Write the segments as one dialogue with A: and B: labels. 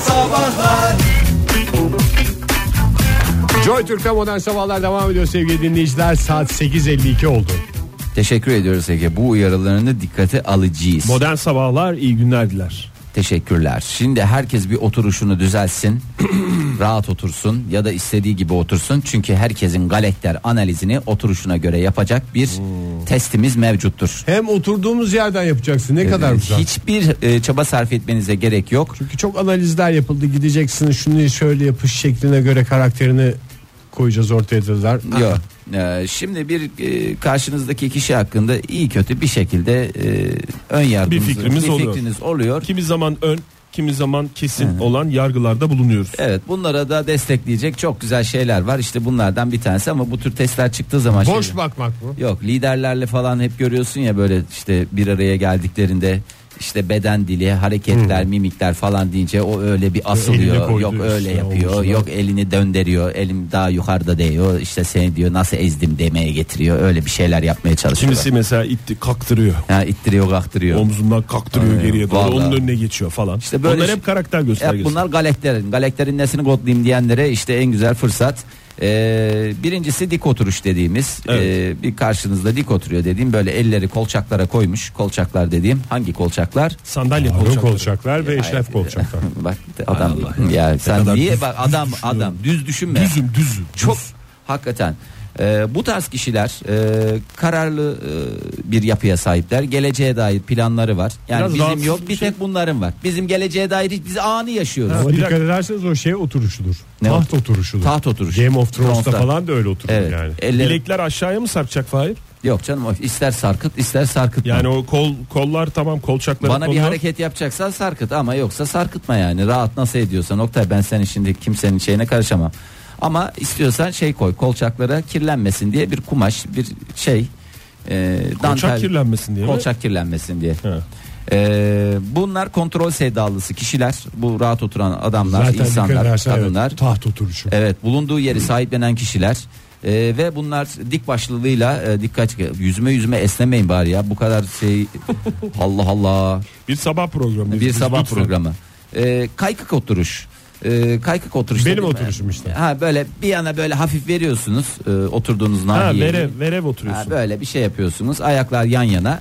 A: Sabahlar
B: Joy Türk'te modern sabahlar devam ediyor sevgili dinleyiciler. Saat 8.52 oldu.
C: Teşekkür ediyoruz Ege. Bu uyarılarını dikkate alacağız.
D: Modern sabahlar iyi günler diler.
C: Teşekkürler. Şimdi herkes bir oturuşunu düzelsin. rahat otursun ya da istediği gibi otursun. Çünkü herkesin galekter analizini oturuşuna göre yapacak bir testimiz mevcuttur.
B: Hem oturduğumuz yerden yapacaksın ne kadar
C: Ee,
B: güzel.
C: Hiçbir e, çaba sarf etmenize gerek yok.
B: Çünkü çok analizler yapıldı gideceksin şunu şöyle yapış şekline göre karakterini koyacağız ortaya dediler.
C: Yok. Ee, Şimdi bir e, karşınızdaki kişi hakkında iyi kötü bir şekilde e, ön yardımınız,
D: Bir fikrimiz oluyor.
C: fikriniz oluyor.
D: Kimi zaman ön, kimi zaman kesin olan yargılarda bulunuyoruz.
C: Evet bunlara da destekleyecek çok güzel şeyler var. İşte bunlardan bir tanesi ama bu tür testler çıktığı zaman
B: Boş
C: şey-
B: bakmak mı?
C: Yok liderlerle falan hep görüyorsun ya böyle işte bir araya geldiklerinde işte beden dili, hareketler, mimikler falan deyince o öyle bir
B: Elini
C: asılıyor.
B: koydu
C: Yok öyle
B: üstüne,
C: yapıyor.
B: omuzuna.
C: Yok elini döndürüyor. Elim daha yukarıda değiyor. İşte seni diyor nasıl ezdim demeye getiriyor. Öyle bir şeyler yapmaya çalışıyor.
D: Kimisi mesela itti kaktırıyor.
C: ha, ittiriyor, kaktırıyor.
D: Omzumdan kaktırıyor
C: Aynen,
D: geriye doğru.
C: vallahi.
D: Onun önüne geçiyor falan.
C: İşte böyle
D: Onlar
C: şey-
D: hep karakter
C: Hep
D: göstergesi.
C: bunlar galeklerin. Galeklerin nesini kodlayayım diyenlere işte en güzel fırsat. Ee, birincisi dik oturuş dediğimiz
D: Evet.
C: ee, bir karşınızda dik oturuyor dediğim böyle elleri kolçaklara koymuş kolçaklar dediğim hangi kolçaklar
D: Sandalye
B: Harun
D: kolçakları.
B: kolçaklar ve Eşref kolçaklar.
C: bak adam ya sen
D: kadar
C: niye
D: düz-
C: bak adam
D: düz düşünüyorum.
C: adam düz düşünme
D: Düzüm düzüm.
C: çok
D: düz.
C: hakikaten Ee, bu tarz kişiler ee, kararlı ee, bir yapıya sahipler geleceğe dair planları var yani
D: Biraz
C: bizim
D: rahatsız
C: yok
D: bir
C: bir
D: şey.
C: tek bunların var bizim geleceğe dair hiç- biz anı yaşıyoruz
B: Ama
D: Bir
B: dikkat
D: dakika.
B: ederseniz o şey oturuşudur.
C: Ne
B: Taht oturuşudur.
C: Taht oturuşu.
B: Game of Thrones'ta
C: Thrones'ta.
B: falan da öyle oturur
C: evet
B: yani.
C: elleri-
D: Bilekler aşağıya mı sarkacak Fahir?
C: Yok canım o ister sarkıt ister sarkıtma.
D: Yani o kol kollar tamam kolçakları
C: bana bir
D: konuyor.
C: hareket yapacaksan sarkıt ama yoksa sarkıtma yani. Rahat nasıl ediyorsan Oktay ben senin şimdi kimsenin şeyine karışamam. Ama istiyorsan şey koy kolçaklara kirlenmesin diye bir kumaş bir şey e,
D: Kolçak kirlenmesin diye mi?
C: kolçak kirlenmesin diye.
D: He.
C: E, bunlar kontrol sevdalısı kişiler. Bu rahat oturan adamlar,
B: Zaten dikkat
C: insanlar,
B: edersen evet,
C: kadınlar.
B: taht oturuşu.
C: Evet bulunduğu yeri sahiplenen kişiler Ee, ve bunlar dik başlılığıyla e, dikkat yüzme yüzme esnemeyin bari ya bu kadar şey Allah Allah
D: Bir sabah programı.
C: bir
D: Biz-
C: sabah
D: lütfen.
C: programı Ee, kaykık oturuş Ee, kaykık oturuş
B: Benim
C: dedim mi?
B: oturuşum işte.
C: ha böyle bir yana böyle hafif veriyorsunuz e, oturduğunuz
D: Ha
C: nahiyeye.
D: verev verev
C: Ha,
D: oturuyorsun.
C: böyle bir şey yapıyorsunuz ayaklar yan yana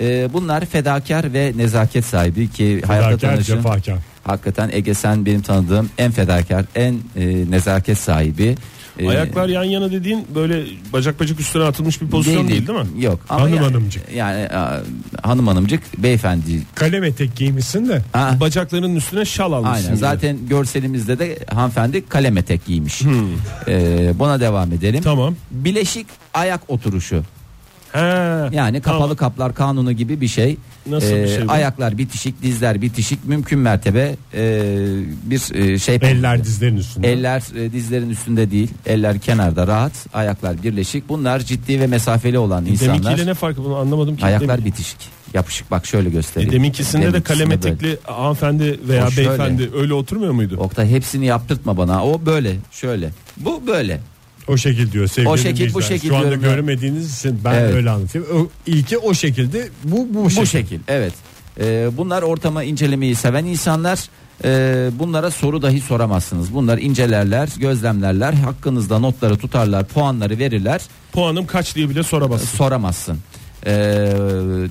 C: Ee, bunlar fedakar ve nezaket sahibi ki hayatta
B: Fedakar,
C: tanışın
B: cefakar.
C: hakikaten Ege sen benim tanıdığım en fedakar en e, nezaket sahibi E,
D: Ayaklar yan yana dediğin böyle bacak bacak üstüne atılmış bir pozisyon değil değil, mi?
C: Yok.
B: Hanım
C: yani-
B: hanımcık.
C: Yani a, hanım hanımcık beyefendi.
B: Kalem etek giymişsin de
C: Ha,
D: Bacaklarının üstüne şal almışsın.
C: aynen.
D: gibi.
C: Zaten görselimizde de hanımefendi kalem etek giymiş. Ee, buna devam edelim.
D: Hmm. Tamam.
C: Bileşik ayak oturuşu.
D: He.
C: Yani
D: Tamam.
C: kapalı kaplar kanunu gibi bir şey.
D: Nasıl bir şey bu?
C: Ayaklar bitişik, dizler bitişik. Mümkün mertebe e, bir e, şey.
B: eller dizlerin üstünde.
C: Eller e, dizlerin üstünde değil. Eller kenarda rahat. Ayaklar birleşik. Bunlar ciddi ve mesafeli
D: E,
C: olan insanlar.
D: Deminkiyle ne farkı bunu anlamadım ki.
C: Ayaklar
D: şey Demin-
C: bitişik. Yapışık bak şöyle
D: E,
C: göstereyim.
D: deminkisinde de kalem
C: Deminkisinde
D: etekli hanımefendi veya
C: O şöyle.
D: beyefendi öyle oturmuyor muydu?
C: böyle. Oktay hepsini yaptırtma bana. O böyle şöyle. Bu böyle.
B: O şekil diyor sevgili
C: O şekil, bu
B: dinleyiciler.
C: şekil
B: Şu anda
C: diyorum ben.
B: göremediğiniz için ben
C: Evet.
B: öyle anlatayım. O, ilki o şekilde bu bu,
C: Bu şekil. Evet. Ee, bunlar ortama incelemeyi seven insanlar. Ee, bunlara soru dahi soramazsınız. Bunlar incelerler, gözlemlerler, hakkınızda notları tutarlar, puanları verirler.
D: Puanım kaç diye bile soramazsın.
C: Soramazsın. Ee,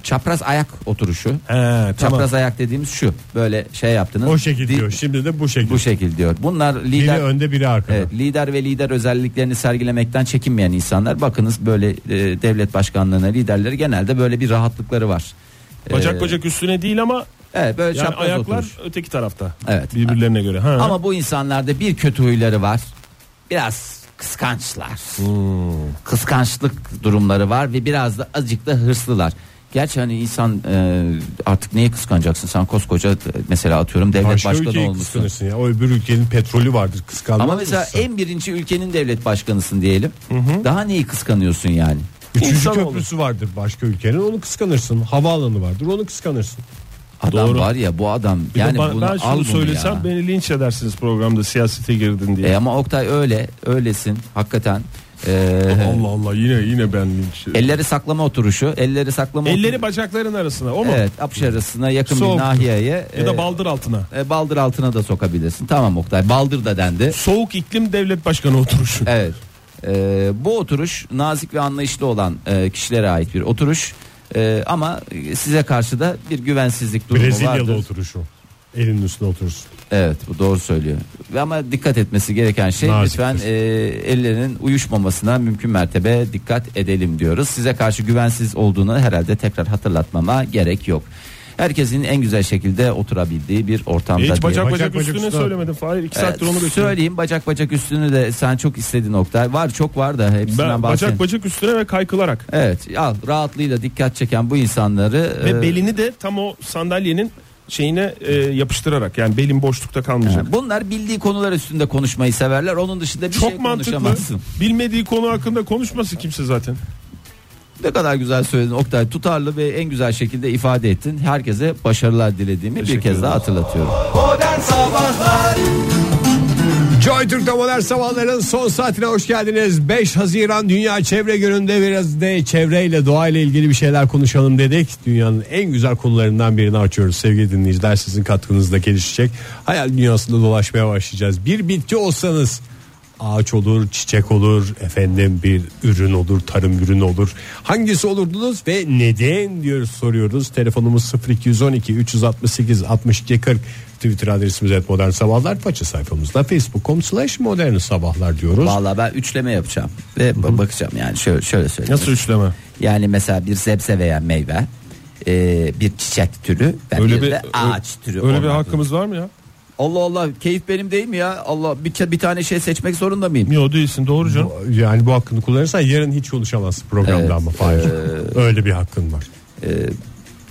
C: çapraz ayak oturuşu.
D: He, tamam.
C: Çapraz ayak dediğimiz şu. Böyle şey yaptınız.
B: O şekil
C: Di-
B: diyor. Şimdi de bu şekil.
C: Bu şekil diyor. Bunlar
B: biri
C: lider
B: önde biri arkada.
C: Evet, lider ve lider özelliklerini sergilemekten çekinmeyen insanlar. Bakınız böyle e, devlet başkanlığına liderleri genelde böyle bir rahatlıkları var.
D: Bacak
C: Ee,
D: bacak üstüne değil ama
C: Evet böyle
D: yani
C: çapraz
D: ayaklar
C: oturuş.
D: öteki tarafta.
C: Evet.
D: Birbirlerine göre. Ha.
C: Ama bu insanlarda bir kötü huyları var. Biraz kıskançlar.
B: Hmm.
C: Kıskançlık durumları var ve biraz da azıcık da hırslılar. Gerçi hani insan e, artık neye kıskanacaksın sen koskoca e, mesela atıyorum devlet
B: Başka
C: başkanı
B: ülkeyi
C: olmuşsun.
B: kıskanırsın ya. O öbür ülkenin petrolü vardır kıskanmaz
C: Ama mesela
B: mısın?
C: en birinci ülkenin devlet başkanısın diyelim. Daha neyi kıskanıyorsun yani?
B: Üçüncü
D: İnsanoğlu.
B: köprüsü vardır başka ülkenin onu kıskanırsın. Havaalanı vardır onu kıskanırsın.
C: Adam
D: Doğru.
C: var ya bu adam
D: Bir de
C: yani
D: ben,
C: bunu
D: ben
C: al
D: şunu
C: bunu
D: söylesem
C: ya.
D: beni linç edersiniz programda siyasete girdin diye.
C: E ama Oktay öyle öylesin hakikaten. Ee,
D: Allah Allah yine yine ben linç.
C: elleri saklama oturuşu, elleri saklama
D: Elleri
C: otur-
D: bacakların arasına o mu?
C: Evet, apış arasına yakın
D: Soğuk.
C: bir nahiyeye
D: Ya da
C: e,
D: baldır altına.
C: e, baldır altına da sokabilirsin. Tamam Oktay. Baldır da dendi.
D: Soğuk iklim devlet başkanı oturuşu.
C: Evet. Ee, bu oturuş nazik ve anlayışlı olan e, kişilere ait bir oturuş. Ee, ama size karşı da bir güvensizlik durumu vardır.
B: Brezilyalı oturuşu. Elinin üstüne oturursun.
C: Evet bu doğru söylüyor. Ve Ama dikkat etmesi gereken şey
B: Naziktir.
C: lütfen e, ellerinin uyuşmamasına mümkün mertebe dikkat edelim diyoruz. Size karşı güvensiz olduğunu herhalde tekrar hatırlatmama gerek yok. Herkesin en güzel şekilde oturabildiği bir ortamda.
D: E, Hiç bacak
C: diye.
D: bacak,
B: Bacak bacak
D: üstüne
B: üstüne.
D: söylemedin Fahir. iki saattir
C: Ee,
D: onu bekliyorum.
C: söyleyeyim bacak bacak üstünü de sen çok istediğin nokta var çok var da hepsinden
D: Ben
C: bahsedeyim.
D: bacak bacak üstüne ve kaykılarak.
C: Evet al rahatlığıyla dikkat çeken bu insanları e,
D: Ve belini de tam o sandalyenin şeyine e, yapıştırarak yani belin boşlukta kalmayacak.
C: yani bunlar bildiği konular üstünde konuşmayı severler. Onun dışında bir
D: Çok
C: şey
D: mantıklı.
C: konuşamazsın.
D: Bilmediği konu hakkında konuşması kimse zaten.
C: Ne kadar güzel söyledin Oktay. Tutarlı ve en güzel şekilde ifade ettin. Herkese başarılar dilediğimi bir
D: Teşekkür
C: kez daha hatırlatıyorum.
B: Joy Türk'te modern sabahların son saatine hoş geldiniz. 5 Haziran Dünya Çevre Günü'nde biraz de çevreyle doğayla ilgili bir şeyler konuşalım dedik. Dünyanın en güzel konularından birini açıyoruz. Sevgili dinleyiciler sizin katkınızla gelişecek. Hayal dünyasında dolaşmaya başlayacağız. Bir bitki olsanız ağaç olur, çiçek olur, efendim bir ürün olur, tarım ürünü olur. Hangisi olurdunuz ve neden diyoruz soruyoruz. Telefonumuz 0212 368 62 40. Twitter adresimiz et modern sabahlar. Faça sayfamızda facebook.com slash modern sabahlar diyoruz.
C: Vallahi ben üçleme yapacağım ve ba- bakacağım yani şöyle şöyle söyleyeyim.
D: Nasıl üçleme?
C: Yani mesela bir sebze veya meyve, e, bir çiçek türü, ben
D: Öyle
C: bir,
D: bir-
C: de ağaç türü.
D: Öyle bir
C: olmak
D: hakkımız var mı ya?
C: Allah Allah keyif benim değil mi ya? Allah bir, ta- bir tane şey seçmek zorunda mıyım?
D: Yok değilsin doğru canım.
B: Yani bu hakkını kullanırsan yarın hiç konuşamazsın programda
C: Evet,
B: ama Fahir. Öyle bir hakkın var.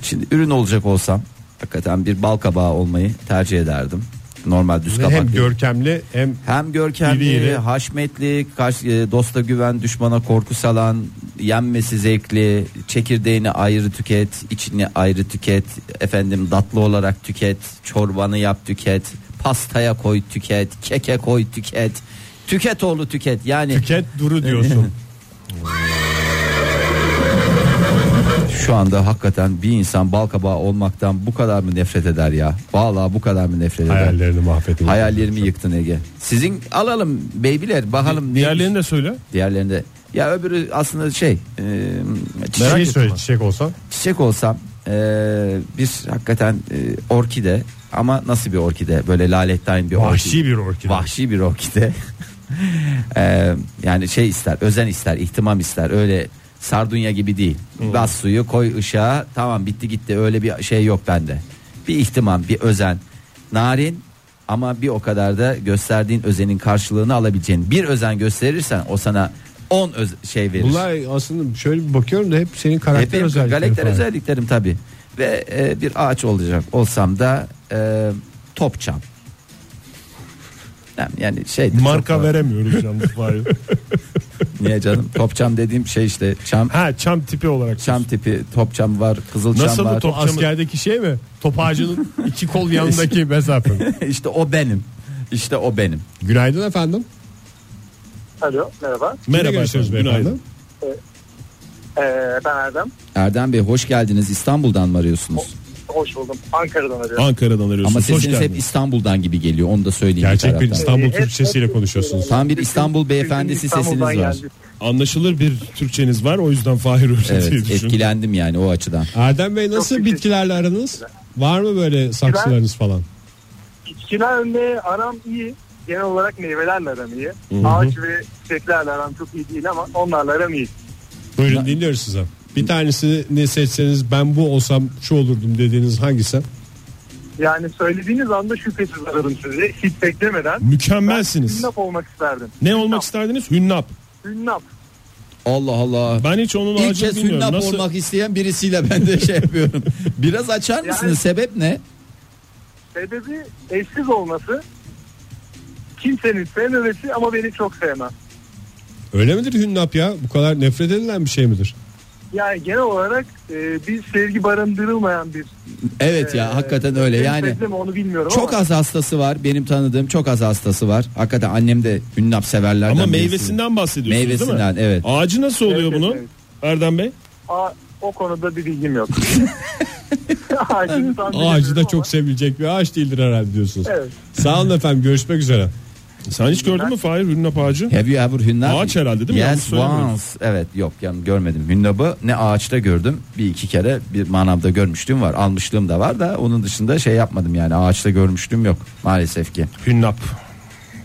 C: Şimdi ürün olacak olsam hakikaten bir bal kabağı olmayı tercih ederdim. Normal düz
B: Ve
C: kabak.
B: hem
C: değil.
B: görkemli hem
C: Hem görkemli,
B: İri iri.
C: haşmetli, karşı, e, dosta güven, düşmana korku salan, yenmesi zevkli, çekirdeğini ayrı tüket, içini ayrı tüket, efendim tatlı olarak tüket, çorbanı yap tüket, pastaya koy tüket, keke koy tüket, tüket oğlu tüket. Yani
B: tüket duru diyorsun.
C: şu anda hakikaten bir insan balkabağı olmaktan bu kadar mı nefret eder ya? Vallahi bu kadar mı nefret eder?
B: Hayallerini mahvedin.
C: Hayallerimi yıktın Ege. Sizin alalım beybiler bakalım.
D: Diğerlerini de söyle.
C: Diğerlerinde. Ya öbürü aslında şey e,
B: Merak şey
C: çiçek,
B: söyle çiçek olsan.
C: çiçek olsam e, bir hakikaten e, orkide ama nasıl bir orkide böyle lalettayn bir
B: Vahşi
C: orkide.
B: bir orkide.
C: Vahşi bir orkide. E, yani şey ister özen ister ihtimam ister öyle sardunya gibi değil.
B: Hmm.
C: Bas suyu koy ışığa tamam bitti gitti öyle bir şey yok bende. Bir ihtimam bir özen narin ama bir o kadar da gösterdiğin özenin karşılığını alabileceğin bir özen gösterirsen o sana 10 öz- şey verir.
B: Bunlar aslında şöyle bir bakıyorum da hep senin karakter
C: Hep benim
B: özellikleri.
C: galakter
B: falan.
C: özelliklerim tabi ve e, bir ağaç olacak olsam da e, topçam Yani- yani şey
D: Marka veremiyoruz yalnız Fahir.
C: niye canım topçam dediğim şey işte çam
D: ha çam tipi olarak.
C: çam tipi topçam var kızılçam
D: Nasıl bu
C: var
D: top-
B: O askerdeki şey mi? Top ağacının iki kol yanındaki mesafe.
C: işte o benim işte o benim
B: Günaydın efendim.
A: Alo merhaba.
B: Kimle
D: Merhaba
B: görüşüyoruz
D: efendim. Günaydın.
B: beyefendi.
A: Ee, ben Erdem.
C: Erdem Bey hoş geldiniz İstanbul'dan mı arıyorsunuz
A: Hoş buldum. Ankara'dan arıyorum.
D: Ankara'dan arıyorsunuz.
C: ama
D: Hoş
C: sesiniz hep
D: geldiniz.
C: İstanbul'dan gibi geliyor onu da söyleyeyim bir
B: Gerçek bir
C: taraftan.
B: İstanbul
A: Ee, hep-
B: Türkçesiyle
A: hep-
B: konuşuyorsunuz.
C: tam bir İstanbul beyefendisi
A: Bizim
C: sesiniz
A: İstanbul'dan
C: var
A: geldik.
D: Anlaşılır bir Türkçeniz var o yüzden Fahir öyle
C: evet
D: diye düşündüm.
C: etkilendim yani o açıdan
B: Erdem Bey nasıl
A: Çok
B: bitkilerle aranız? Var mı böyle saksılarınız falan?
A: Bitkilerle aram iyi. Genel olarak meyvelerle aram iyi. Ağaç ve çiçeklerle aram çok iyi değil ama onlarla aram iyi.
B: Buyurun dinliyoruz size. Bir tanesini seçseniz ben bu olsam şu olurdum dediğiniz hangisi?
A: Yani söylediğiniz anda şüphesiz aradım sizi. Hiç beklemeden.
D: Mükemmelsiniz.
A: Hünnap olmak isterdim.
D: Ne olmak isterdiniz? Hünnap.
A: Hünnap.
C: Allah Allah
D: Ben hiç onun
C: İlk
D: ağacını
C: kez
D: bilmiyorum.
C: hünnap
D: Nasıl?
C: olmak isteyen birisiyle ben de şey yapıyorum. Biraz açar mısınız?
A: Yani-
C: Sebep ne?
A: Sebebi eşsiz olması. Kimsenin sevmemesi ama beni çok sevmem.
B: Öyle midir hünnap ya? Bu kadar nefret edilen bir şey midir?
A: yani genel olarak e, bir sevgi barındırılmayan bir
E: Evet ya
A: e,
E: hakikaten öyle yani.
A: benzetme mi onu bilmiyorum
E: Çok
A: ama
E: az hastası var. Benim tanıdığım çok az hastası var. Hakikaten annem de hünnap severlerden
D: Ama
E: birisi.
D: meyvesinden bahsediyorsunuz
E: Meyvesinden,
D: değil mi?
E: evet.
D: Ağacı nasıl oluyor
A: Evet,
D: bunun?
A: evet.
D: Erdem Bey?
A: a- o konuda bir bilgim yok. Ağacını tahmin
B: Ağacı da
A: ediyorum ama-
B: çok sevilecek bir ağaç değildir herhalde diyorsunuz.
A: Evet.
B: Sağ olun efendim görüşmek üzere.
D: Sen hiç gördün mü Fahir Hünnap ağacı?
E: Have you ever hünnap?
D: Ağaç herhalde değil mi? Yanlış
C: Yes
D: söylemiyorum.
C: once. Evet yok yani görmedim. Hünnabı ne ağaçta gördüm. Bir iki kere bir manavda görmüşlüğüm var. Almışlığım da var da onun dışında şey yapmadım yani. Ağaçta görmüşlüğüm yok maalesef ki.
D: Hünnap.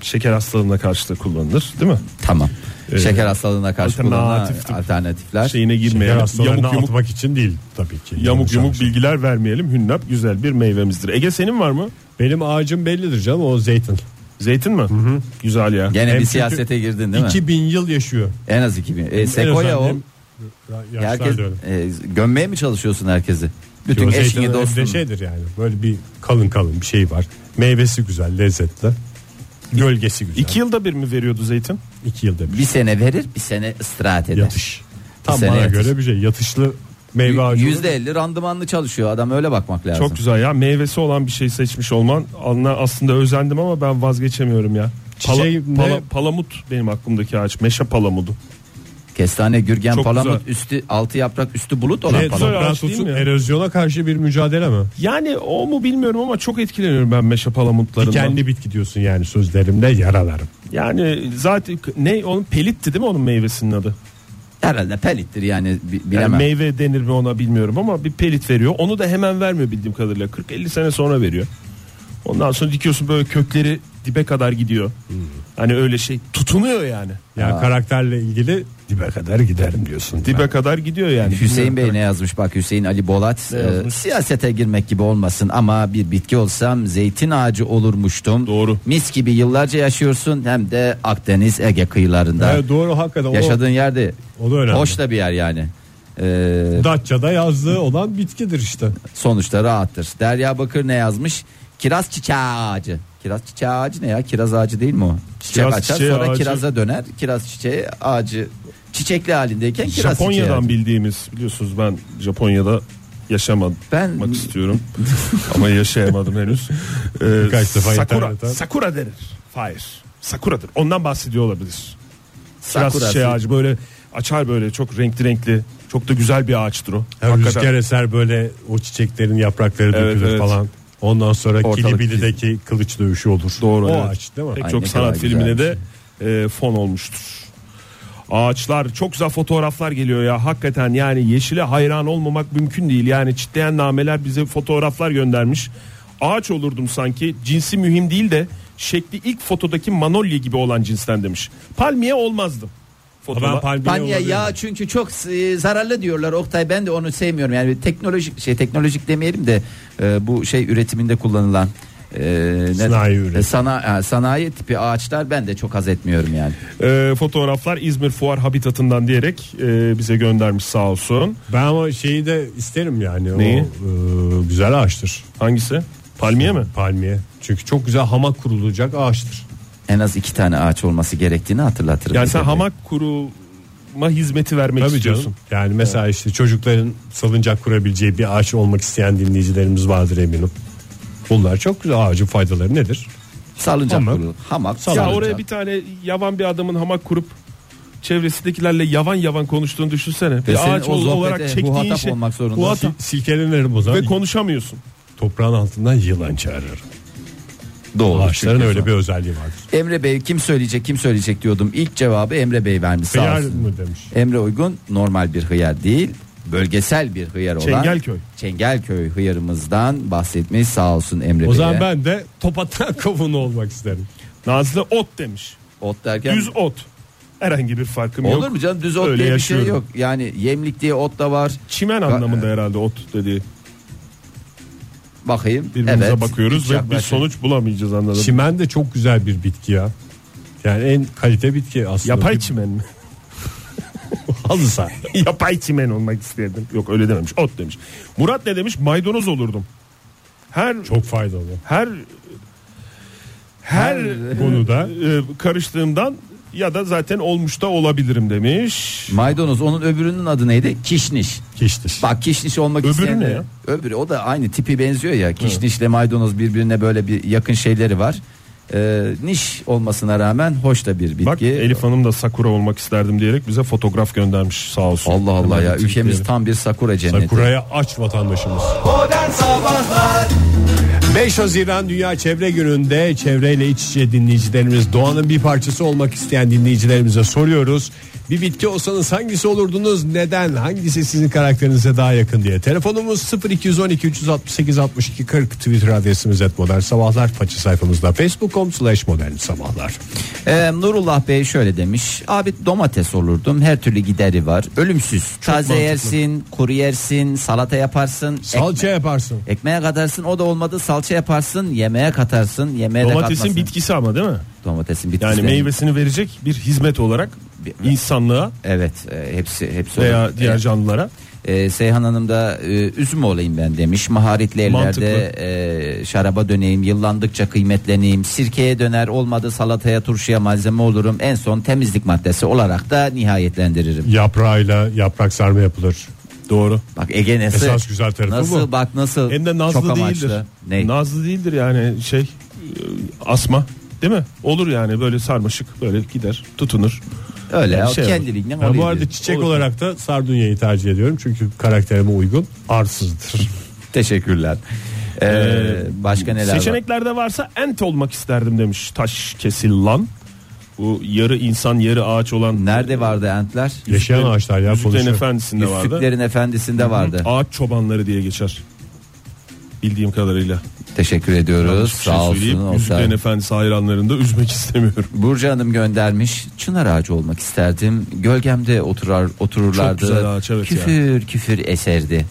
D: Şeker hastalığına karşı da kullanılır değil mi?
C: Tamam.
D: Ee,
C: Şeker hastalığına karşı kullanılan
D: alternatif tıp.
C: alternatifler.
D: Şeyine
B: Şeker
D: girmeyelim.
B: hastalarını
D: Yamuk yumuk,
B: atmak için değil tabii ki.
D: yamuk yumuk bilgiler vermeyelim. Hünnap güzel bir meyvemizdir. Ege senin var mı?
B: Benim ağacım bellidir canım o zeytin.
D: Zeytin mi? Güzel ya.
C: Gene
B: Hem
C: bir
B: çünkü
C: siyasete girdin değil mi?
B: 2000 yıl yaşıyor.
C: En az 2000. E,
B: En
C: Sekoya o.
B: azından hem yaşlar
C: Herkes
B: da öyle.
C: e, gömmeye mi çalışıyorsun herkesi? Bütün
B: O
C: eşini
B: zeytin şey- öyle
C: dostunu.
B: şeydir yani. Böyle bir kalın kalın bir şey var. Meyvesi güzel, lezzetli. Gölgesi güzel.
D: İki yılda bir mi veriyordu zeytin?
B: İki yılda bir
C: Bir sene verir, bir sene istirahat eder.
B: yatış. Tam
C: sene
B: bana
C: yatış.
B: göre bir şey. Yatışlı meyve ağacı.
C: Yüzde elli randımanlı çalışıyor adam öyle bakmak lazım.
D: Çok güzel ya. Meyvesi olan bir şey seçmiş olman. Anla aslında özendim ama ben vazgeçemiyorum ya. Pala-
B: Çiçeği ne?
D: pala- palamut benim aklımdaki ağaç. Meşe palamudu.
C: Kestane, gürgen,
D: Çok
C: palamut üstü altı yaprak üstü bulut olan
B: Ne,
D: güzel
C: palamut.
B: toprağa
D: ağaç değil
B: tutsun,
D: mi ya?
B: erozyona karşı bir mücadele mi?
D: Yani o mu bilmiyorum ama çok etkileniyorum ben meşe palamutlarından.
B: Dikenli bitki diyorsun yani sözlerimde yaralarım.
D: Yani zaten ne onun pelitti değil mi onun meyvesinin adı?
C: Herhalde pelittir yani bi- bilemem.
D: Yani meyve denir mi ona bilmiyorum ama bir pelit veriyor. Onu da hemen vermiyor bildiğim kadarıyla. 40-50 sene sonra veriyor. Ondan sonra dikiyorsun böyle kökleri dibe kadar gidiyor.
C: Hmm.
D: Hani öyle şey tutunuyor yani.
B: Yani karakterle ilgili dibe kadar giderim diyorsun.
D: Dibe kadar gidiyor yani.
C: Hüseyin Bey
D: Bilmiyorum.
C: ne yazmış bak Hüseyin Ali Bolat e, siyasete girmek gibi olmasın ama bir bitki olsam zeytin ağacı olurmuştum.
D: Doğru.
C: Mis gibi yıllarca yaşıyorsun hem de Akdeniz Ege kıyılarında.
B: Evet, doğru hakikaten.
C: Yaşadığın yerde
B: O da önemli.
C: hoş da bir yer yani. E,
B: O Datça'da yazdığı olan bitkidir işte.
C: sonuçta rahattır. Derya Bakır ne yazmış? Kiraz çiçeği ağacı. Kiraz çiçeği ağacı ne ya? Kiraz ağacı değil mi o? Çiçek
D: Kiraz
C: açar
D: çiçeği
C: sonra
D: ağacı.
C: kiraza döner. Kiraz çiçeği ağacı çiçekli halindeyken kiraz çiçeği
D: Japonya'dan
C: ağacı.
D: bildiğimiz biliyorsunuz ben Japonya'da yaşamadım.
C: Ben-
D: Bak istiyorum ama yaşayamadım henüz. Ee,
B: Birkaç defa internetten.
D: Sakura, Sakura denir. Hayır. Sakura'dır. Ondan bahsediyor olabilir. Sakura
C: Sakurası.
D: şey ağacı böyle açar böyle çok renkli renkli. Çok da güzel bir ağaçtır o.
B: Her
D: Hakikaten.
B: rüzgar eser böyle o çiçeklerin yaprakları
D: Evet,
B: dökülür
D: evet.
B: falan. Ondan sonra
C: Ortalık
B: Kilibili'deki kılıç dövüşü olur.
D: Doğru.
B: O
D: evet.
B: ağaç değil mi?
D: Pek
C: Ay, ne
D: çok sanat
C: kadar güzel
D: filmine
C: bir
D: de e, fon olmuştur. Ağaçlar çok güzel fotoğraflar geliyor ya hakikaten yani yeşile hayran olmamak mümkün değil yani çitleyen nameler bize fotoğraflar göndermiş ağaç olurdum sanki cinsi mühim değil de şekli ilk fotodaki manolya gibi olan cinsten demiş palmiye olmazdım
B: Ama ben
D: Fotoğraf-
B: palmiye
C: Panya
B: olabilirim.
C: ya çünkü çok e, zararlı diyorlar Oktay ben de onu sevmiyorum yani teknolojik şey teknolojik demeyelim de e, bu şey üretiminde kullanılan e,
B: Sanayi üretim.
C: e, sana, e, sanayi tipi ağaçlar ben de çok haz etmiyorum yani.
D: E, fotoğraflar İzmir Fuar Habitatı'ndan diyerek e, bize göndermiş sağ olsun
B: Ben ama şeyi de isterim yani.
D: Neyi?
B: O e, güzel ağaçtır.
D: hangisi palmiye mi
B: Palmiye. Çünkü çok güzel hamak kurulacak ağaçtır.
C: En az iki tane ağaç olması gerektiğini hatırlatırım.
D: yani
C: bize
D: sen
C: de.
D: hamak kuruma hizmeti vermek
B: Tabii
D: istiyorsun
B: canım. Yani mesela işte çocukların salıncak kurabileceği bir ağaç olmak isteyen dinleyicilerimiz vardır eminim. Bunlar çok güzel ağacın faydaları nedir?
C: salıncak
B: Hamak.
C: kurulu. Hamak.
D: Ya
C: salıncak.
D: oraya bir tane yavan bir adamın hamak kurup çevresindekilerle yavan yavan konuştuğunu düşünsene.
C: senin
D: Bir ağaç
C: o
D: ol-
C: sohbete
D: olarak çektiğin
C: muhatap
D: şey
C: olmak zorunda.
D: muhatap
B: Sil- Silkelenirim o zaman.
D: ve konuşamıyorsun.
B: Toprağın altından yılan çağırır.
C: Doğru.
B: Ağaçların
C: çünkü
B: öyle bir
C: sonra.
B: özelliği vardır.
C: Emre Bey kim söyleyecek kim söyleyecek diyordum. İlk cevabı Emre Bey vermiş sağ
B: Hıyar
C: olsun.
B: mı demiş?
C: Emre Uygun normal bir hıyar değil bölgesel bir hıyar olan
D: Çengelköy.
C: Çengelköy hıyarımızdan bahsetmeyi sağ olsun Emre Bey.
B: O zaman ben de top atan kavunu olmak isterim.
D: Nazlı ot demiş.
C: ot derken
D: Düz ot. Herhangi bir farkım yok.
C: olur mu canım düz ot
D: Öyle
C: diye bir
D: yaşıyorum.
C: şey yok. Yani yemlik diye ot da var.
D: Çimen
C: e-
D: anlamında herhalde ot dediği.
C: Bakayım.
D: Birbirimize
C: evet.
D: bakıyoruz
C: Hiç
D: ve bir
C: yaklaşık.
D: sonuç bulamayacağız anladım.
B: Çimen de çok güzel bir bitki ya. Yani en kalite bitki aslında.
D: Yapay
B: Bir-
D: çimen mi?
B: Halı saha.
D: Yapay çimen olmak isterdim. Yok öyle dememiş. Ot demiş. Murat ne demiş? Maydanoz olurdum. Her
B: Çok faydalı.
D: her her,
B: Konuda
D: e, karıştığımdan ya da zaten olmuş da olabilirim demiş.
C: Maydanoz onun öbürünün adı neydi? Kişniş.
B: Kiştir.
C: Bak kişniş olmak
D: Öbürü
C: isteyen
D: ne ya?
C: Öbürü o da aynı tipi benziyor ya. Kişnişle maydanoz birbirine böyle bir yakın şeyleri var. Ee, niş olmasına rağmen hoş da bir bitki.
D: Bak Elif Hanım da sakura olmak isterdim diyerek bize fotoğraf göndermiş sağ olsun.
C: Allah Allah ya
D: Hemen
C: ülkemiz
D: tweetleyelim.
C: tam bir sakura cenneti.
B: Kuraya aç vatandaşımız. 5 Haziran Dünya Çevre Günü'nde çevreyle iç içe dinleyicilerimiz doğanın bir parçası olmak isteyen dinleyicilerimize soruyoruz. Bir bitki olsanız hangisi olurdunuz? Neden? Hangisi sizin karakterinize daha yakın diye. Telefonumuz 0212 368 62 40 Twitter adresimiz et modern sabahlar. Façı sayfamızda facebook.com slash modern sabahlar.
C: Ee, Nurullah Bey şöyle demiş. Abi domates olurdum. Her türlü gideri var. Ölümsüz. Taze
D: mantıklı.
C: yersin, kuru yersin, salata yaparsın.
B: Salça şey yaparsın.
C: ekme- ekmeğe katarsın. O da olmadı. Salça yaparsın, yemeğe katarsın, yemeğe de
D: Domatesin
C: katmasın.
D: bitkisi ama değil mi?
C: Domatesin bitkisi.
D: Yani meyvesini verecek bir hizmet olarak insanlığa
C: Evet, e, hepsi hepsi
D: veya
C: olur.
D: diğer
C: Evet.
D: canlılara.
C: Ee, Seyhan Hanım da e, üzüm olayım ben demiş. Maharetli ellerde e, şaraba döneyim, yıllandıkça kıymetleneyim. Sirkeye döner, olmadı salataya, turşuya malzeme olurum. En son temizlik maddesi olarak da nihayetlendiririm.
B: Yaprağıyla yaprak sarma yapılır.
D: Doğru.
C: Bak Ege nasıl?
B: Esas güzel tarafı
C: nasıl,
B: bu.
C: bak nasıl?
D: Hem de nazlı
C: çok amaçlı.
D: değildir.
C: Ne?
D: Nazlı değildir yani şey e, asma değil mi? Olur yani böyle sarmaşık böyle gider tutunur.
C: Öyle
D: Yani
C: o
D: şey olur.
C: kendiliğinden
B: Ben bu
C: oluyor
B: arada
C: diyor.
B: çiçek olarak da sardunyayı tercih ediyorum. Çünkü karakterime uygun. Arsızdır.
C: Teşekkürler. Ee, başka neler var?
D: Seçeneklerde varsa ent olmak isterdim demiş taş kesil lan. Bu yarı insan yarı ağaç olan
C: Nerede vardı entler?
B: Yaşayan ağaçlar ya
D: Yüzüklerin
B: konuşuyor.
D: Efendisi'nde vardı.
C: Yüzüklerin Efendisi'nde vardı.
D: Ağaç çobanları diye geçer. Bildiğim kadarıyla.
C: Teşekkür ediyoruz.
D: Yanlış bir şey
C: Sağ
D: söyleyeyim.
C: olsun. Oktay.
D: Yüzüklerin Efendisi hayranlarını da üzmek istemiyorum.
C: Burcu Hanım göndermiş. Çınar ağacı olmak isterdim. Gölgemde oturar otururlardı.
D: Çok güzel ağaç, evet ya.
C: küfür küfür eserdi.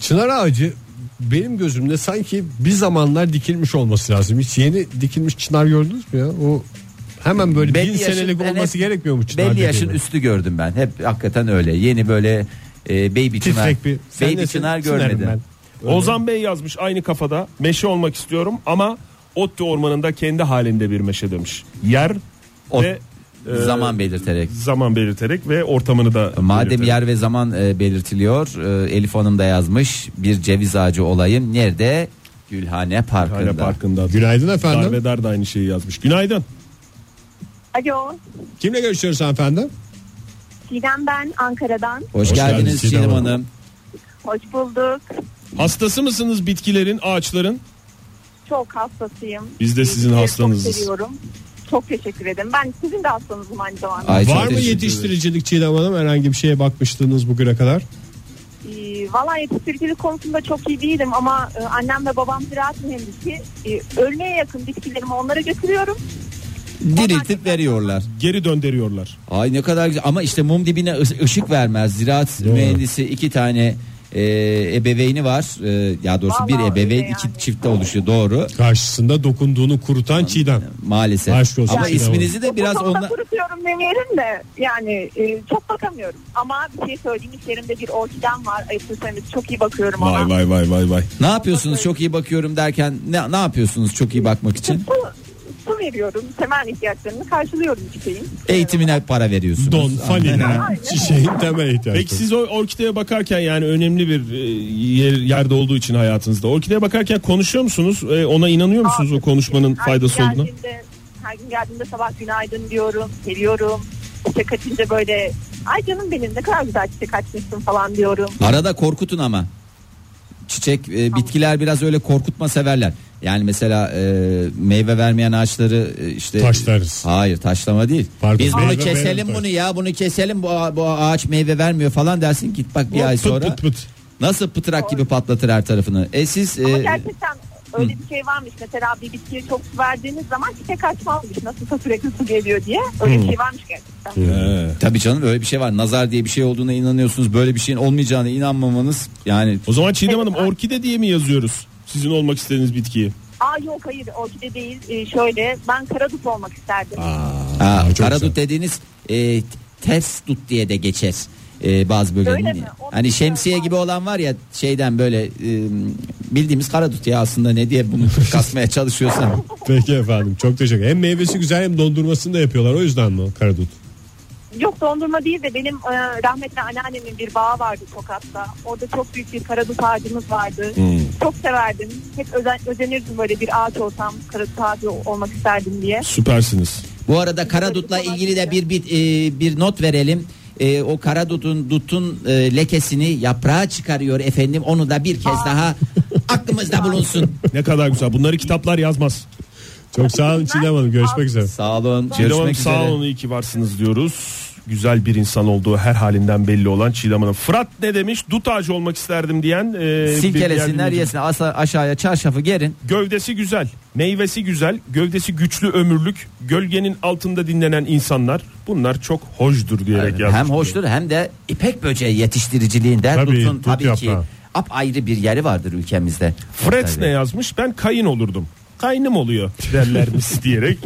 B: Çınar ağacı benim gözümde sanki bir zamanlar dikilmiş olması lazım. Hiç yeni dikilmiş çınar gördünüz mü ya? O hemen böyle bin
C: yaşın-
B: senelik
C: ben
B: olması
C: hep
B: gerekmiyor mu çınar
C: Belli yaşın
B: dediğine?
C: üstü gördüm ben. Hep hakikaten öyle. Yeni böyle e, baby çınar.
B: Titrek bir. Sen
C: baby
B: nesin?
C: çınar
B: Çınarım
C: görmedim.
B: ben.
D: Ozan Bey yazmış aynı kafada. Meşe olmak istiyorum ama Ottu ormanında kendi halinde bir meşe demiş. Yer
C: Ot-
D: ve e,
C: Ee, Zaman belirterek.
D: zaman belirterek ve ortamını da
C: Madem
D: belirterek.
C: yer ve zaman e, belirtiliyor. e, Elif Hanım da yazmış. Bir ceviz ağacı olayım. Nerede? Gülhane Parkı'nda.
D: Hala parkında.
B: Günaydın efendim.
D: Darvedar da aynı şeyi yazmış. Günaydın.
F: Alo.
B: Kimle görüşüyoruz efendim?
F: Çiğdem ben Ankara'dan.
C: Hoş,
B: Hoş geldiniz
C: geldiniz Çiğdem
B: Çiğdem Hanım.
C: Hanım.
F: Hoş bulduk.
D: Hastası mısınız bitkilerin, ağaçların?
F: Çok hastasıyım.
D: Biz de sizin
F: Çok
D: hastanızız.
F: seviyorum. Çok teşekkür ederim. Ben sizin de hastanızım aynı zamanda.
C: Ay, çok
B: Var mı
C: teşekkür ederim.
B: yetiştiricilik Çiğdem Hanım? Herhangi bir şeye bakmıştınız bugüne kadar?
F: Ee, Valla yetiştiricilik konusunda çok iyi değilim ama e, annem ve babam ziraat mühendisi. Ee, ölmeye yakın bitkilerimi onlara götürüyorum.
E: Diriltip veriyorlar.
D: Geri döndürüyorlar.
C: Ay ne kadar güzel ama işte mum dibine ıs- ışık vermez. Ziraat mühendisi iki tane e, ebeveyni var. E, ya doğrusu bir
F: Vallahi
C: ebeveyn
F: öyle
C: iki
F: yani.
C: çiftte oluşuyor doğru.
B: Karşısında dokunduğunu kurutan Çiğdem.
C: Maalesef.
B: Aşk olsun
C: ama
B: Çiğdem Hanım.
C: isminizi de biraz
F: Çok da
C: onla
F: kurutuyorum demeyelim de yani e, çok bakamıyorum. Ama bir şey söyleyeyim iş yerimde bir orkidem var. Ayıp söyleseniz çok iyi bakıyorum ona.
D: Vay vay vay vay vay.
C: ne yapıyorsunuz çok iyi bakıyorum derken ne, ne yapıyorsunuz çok iyi bakmak için?
F: Su, su veriyorum. Temel ihtiyaçlarını karşılıyorum çiçeğin.
C: Eğitimine para veriyorsunuz.
B: Don,
C: Ama-
B: fanina, çiçeğin temel ihtiyacı.
D: Peki siz o orkideye bakarken yani önemli bir e, yer, yerde olduğu için hayatınızda. Orkideye bakarken konuşuyor musunuz? E, ona inanıyor musunuz o konuşmanın
F: Her gün
D: faydası olduğuna?
F: geldiğimde- Her gün geldiğimde sabah günaydın diyorum. Seviyorum. Çiçek açınca böyle ay canım benim ne kadar güzel çiçek açmışsın falan diyorum.
C: Arada korkutun ama. Çiçek, e, bitkiler biraz öyle korkutma severler. Yani mesela e, meyve vermeyen ağaçları e, işte
B: Taşlarız.
C: Hayır, taşlama değil.
B: Pardon,
C: Biz bunu
B: meyve
C: keselim
B: veren
C: bunu ya, bunu keselim. Bu, ağa- bu ağaç meyve vermiyor falan dersin. Git bak bir ay
B: Pıt
C: sonra
B: pıt pıt.
C: nasıl pıtrak gibi patlatır her tarafını. E siz
F: Ama
C: e,
F: gerçekten öyle bir şey varmış. Mesela bir bitkiye çok su verdiğiniz zaman çiçek açmazmış. Nasılsa sürekli su geliyor diye. Öyle bir şey varmış gerçekten.
C: e, tabii canım öyle bir şey var. Nazar diye bir şey olduğuna inanıyorsunuz. Böyle bir şeyin olmayacağına inanmamanız yani
D: O zaman Çiğdem Hanım orkide diye mi yazıyoruz? Sizin olmak istediğiniz bitkiyi.
F: Aa yok hayır orkide değil. Ee, şöyle ben karadut olmak isterdim.
C: Ha,
B: Aa, çok
C: karadut
B: güzel.
C: dediğiniz e, ters tut diye de geçer e, bazı
F: Öyle
C: bölgenin.
F: mi? Onu
C: Hani şemsiye
F: bilmiyorum.
C: gibi olan var ya şeyden böyle e,
E: bildiğimiz karadut ya aslında ne diye bunu kasmaya çalışıyorsan.
B: Peki efendim çok teşekkür Hem meyvesi güzel hem dondurmasını da yapıyorlar o yüzden mi o karadut?
F: Yok dondurma değil de benim e, rahmetli anneannemin bir bağı vardı Tokat'ta. Orada çok büyük bir karadut ağacımız vardı. Çok severdim. Hep özen, özenirdim böyle bir ağaç olsam karadut ağacı olmak isterdim diye.
D: Süpersiniz.
E: Bu arada karadutla ilgili de bir bir, e, bir not verelim. E, o karadutun dutun e, lekesini yaprağa çıkarıyor efendim. Onu da bir kez daha aklımızda bulunsun.
D: Ne kadar güzel. Bunları kitaplar yazmaz.
B: Çok sağ olun Çiğdem Hanım görüşmek üzere.
E: Sağ olun.
D: Çiğdem Hanım
E: Görüşmek
D: sağ
E: üzere.
D: olun iyi ki varsınız diyoruz. Güzel bir insan olduğu her halinden belli olan Çiğdem Hanım. Fırat ne demiş? Dut ağacı olmak isterdim diyen. e, bir diğer
C: Silkelesinler
D: dinleyicimiz.
C: yesin Asa- aşağıya çarşafı gerin.
D: Gövdesi güzel, meyvesi güzel, gövdesi güçlü ömürlük, gölgenin altında dinlenen insanlar bunlar çok hoşdur diyerek yazmış.
C: Hem hoştur hem de ipek böceği yetiştiriciliğinde
B: Tabii,
C: dutun
B: dut
C: tabii ki
B: yaprağı.
C: ayrı bir yeri vardır ülkemizde.
D: Fred
C: Tabii.
D: ne yazmış? Ben kayın olurdum. Kaynım oluyor derlermiş diyerek.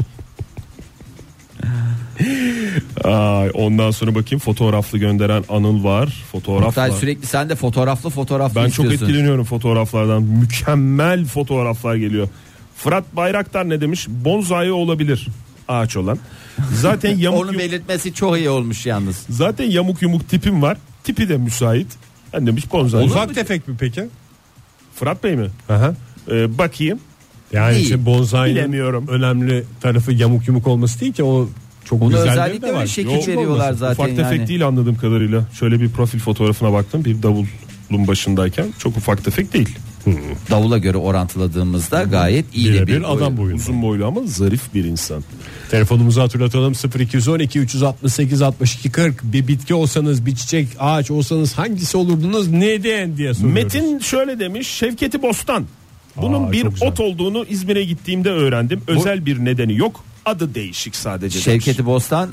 D: Ay, ondan sonra bakayım fotoğraflı gönderen Anıl var. Fotoğraf
C: Oktay
D: var.
C: sürekli sen de fotoğraflı fotoğraflı
D: Ben çok
C: istiyorsun.
D: etkileniyorum fotoğraflardan. Mükemmel fotoğraflar geliyor. Fırat Bayraktar ne demiş? Bonzai olabilir ağaç olan. Zaten yamuk
C: Onu belirtmesi çok iyi olmuş yalnız.
D: Zaten yamuk yumuk tipim var. Tipi de müsait. Ben demiş bonzai.
B: Ufak tefek mi peki?
D: Fırat Bey mi?
B: Aha.
D: Ee, bakayım.
B: Yani
C: Değil.
B: işte bonsai'nin
D: Bilemiyorum.
B: önemli tarafı yamuk yumuk olması değil ki o çok
C: Ona
B: güzelleri
C: özellikle
B: de
C: öyle
B: var.
C: şekil
B: Yok
C: veriyorlar
B: olmasın.
C: zaten
D: ufak tefek
C: yani.
D: değil anladığım kadarıyla. Şöyle bir profil fotoğrafına baktım. Bir davulun başındayken çok ufak tefek değil.
C: Davula göre orantıladığımızda gayet iyi de
B: Birebir
C: bir
B: adam boyunda.
D: Uzun boylu ama zarif bir insan.
B: Telefonumuzu hatırlatalım 0212 368 62 40 bir bitki olsanız bir çiçek ağaç olsanız hangisi olurdunuz neden diye soruyoruz.
D: Metin şöyle demiş. Şevketi Bostan. Bunun
B: Aa,
D: bir
B: çok güzel.
D: ot olduğunu İzmir'e gittiğimde öğrendim. Özel bir nedeni yok. Adı değişik sadece. demiş.
C: Şevketi Bostan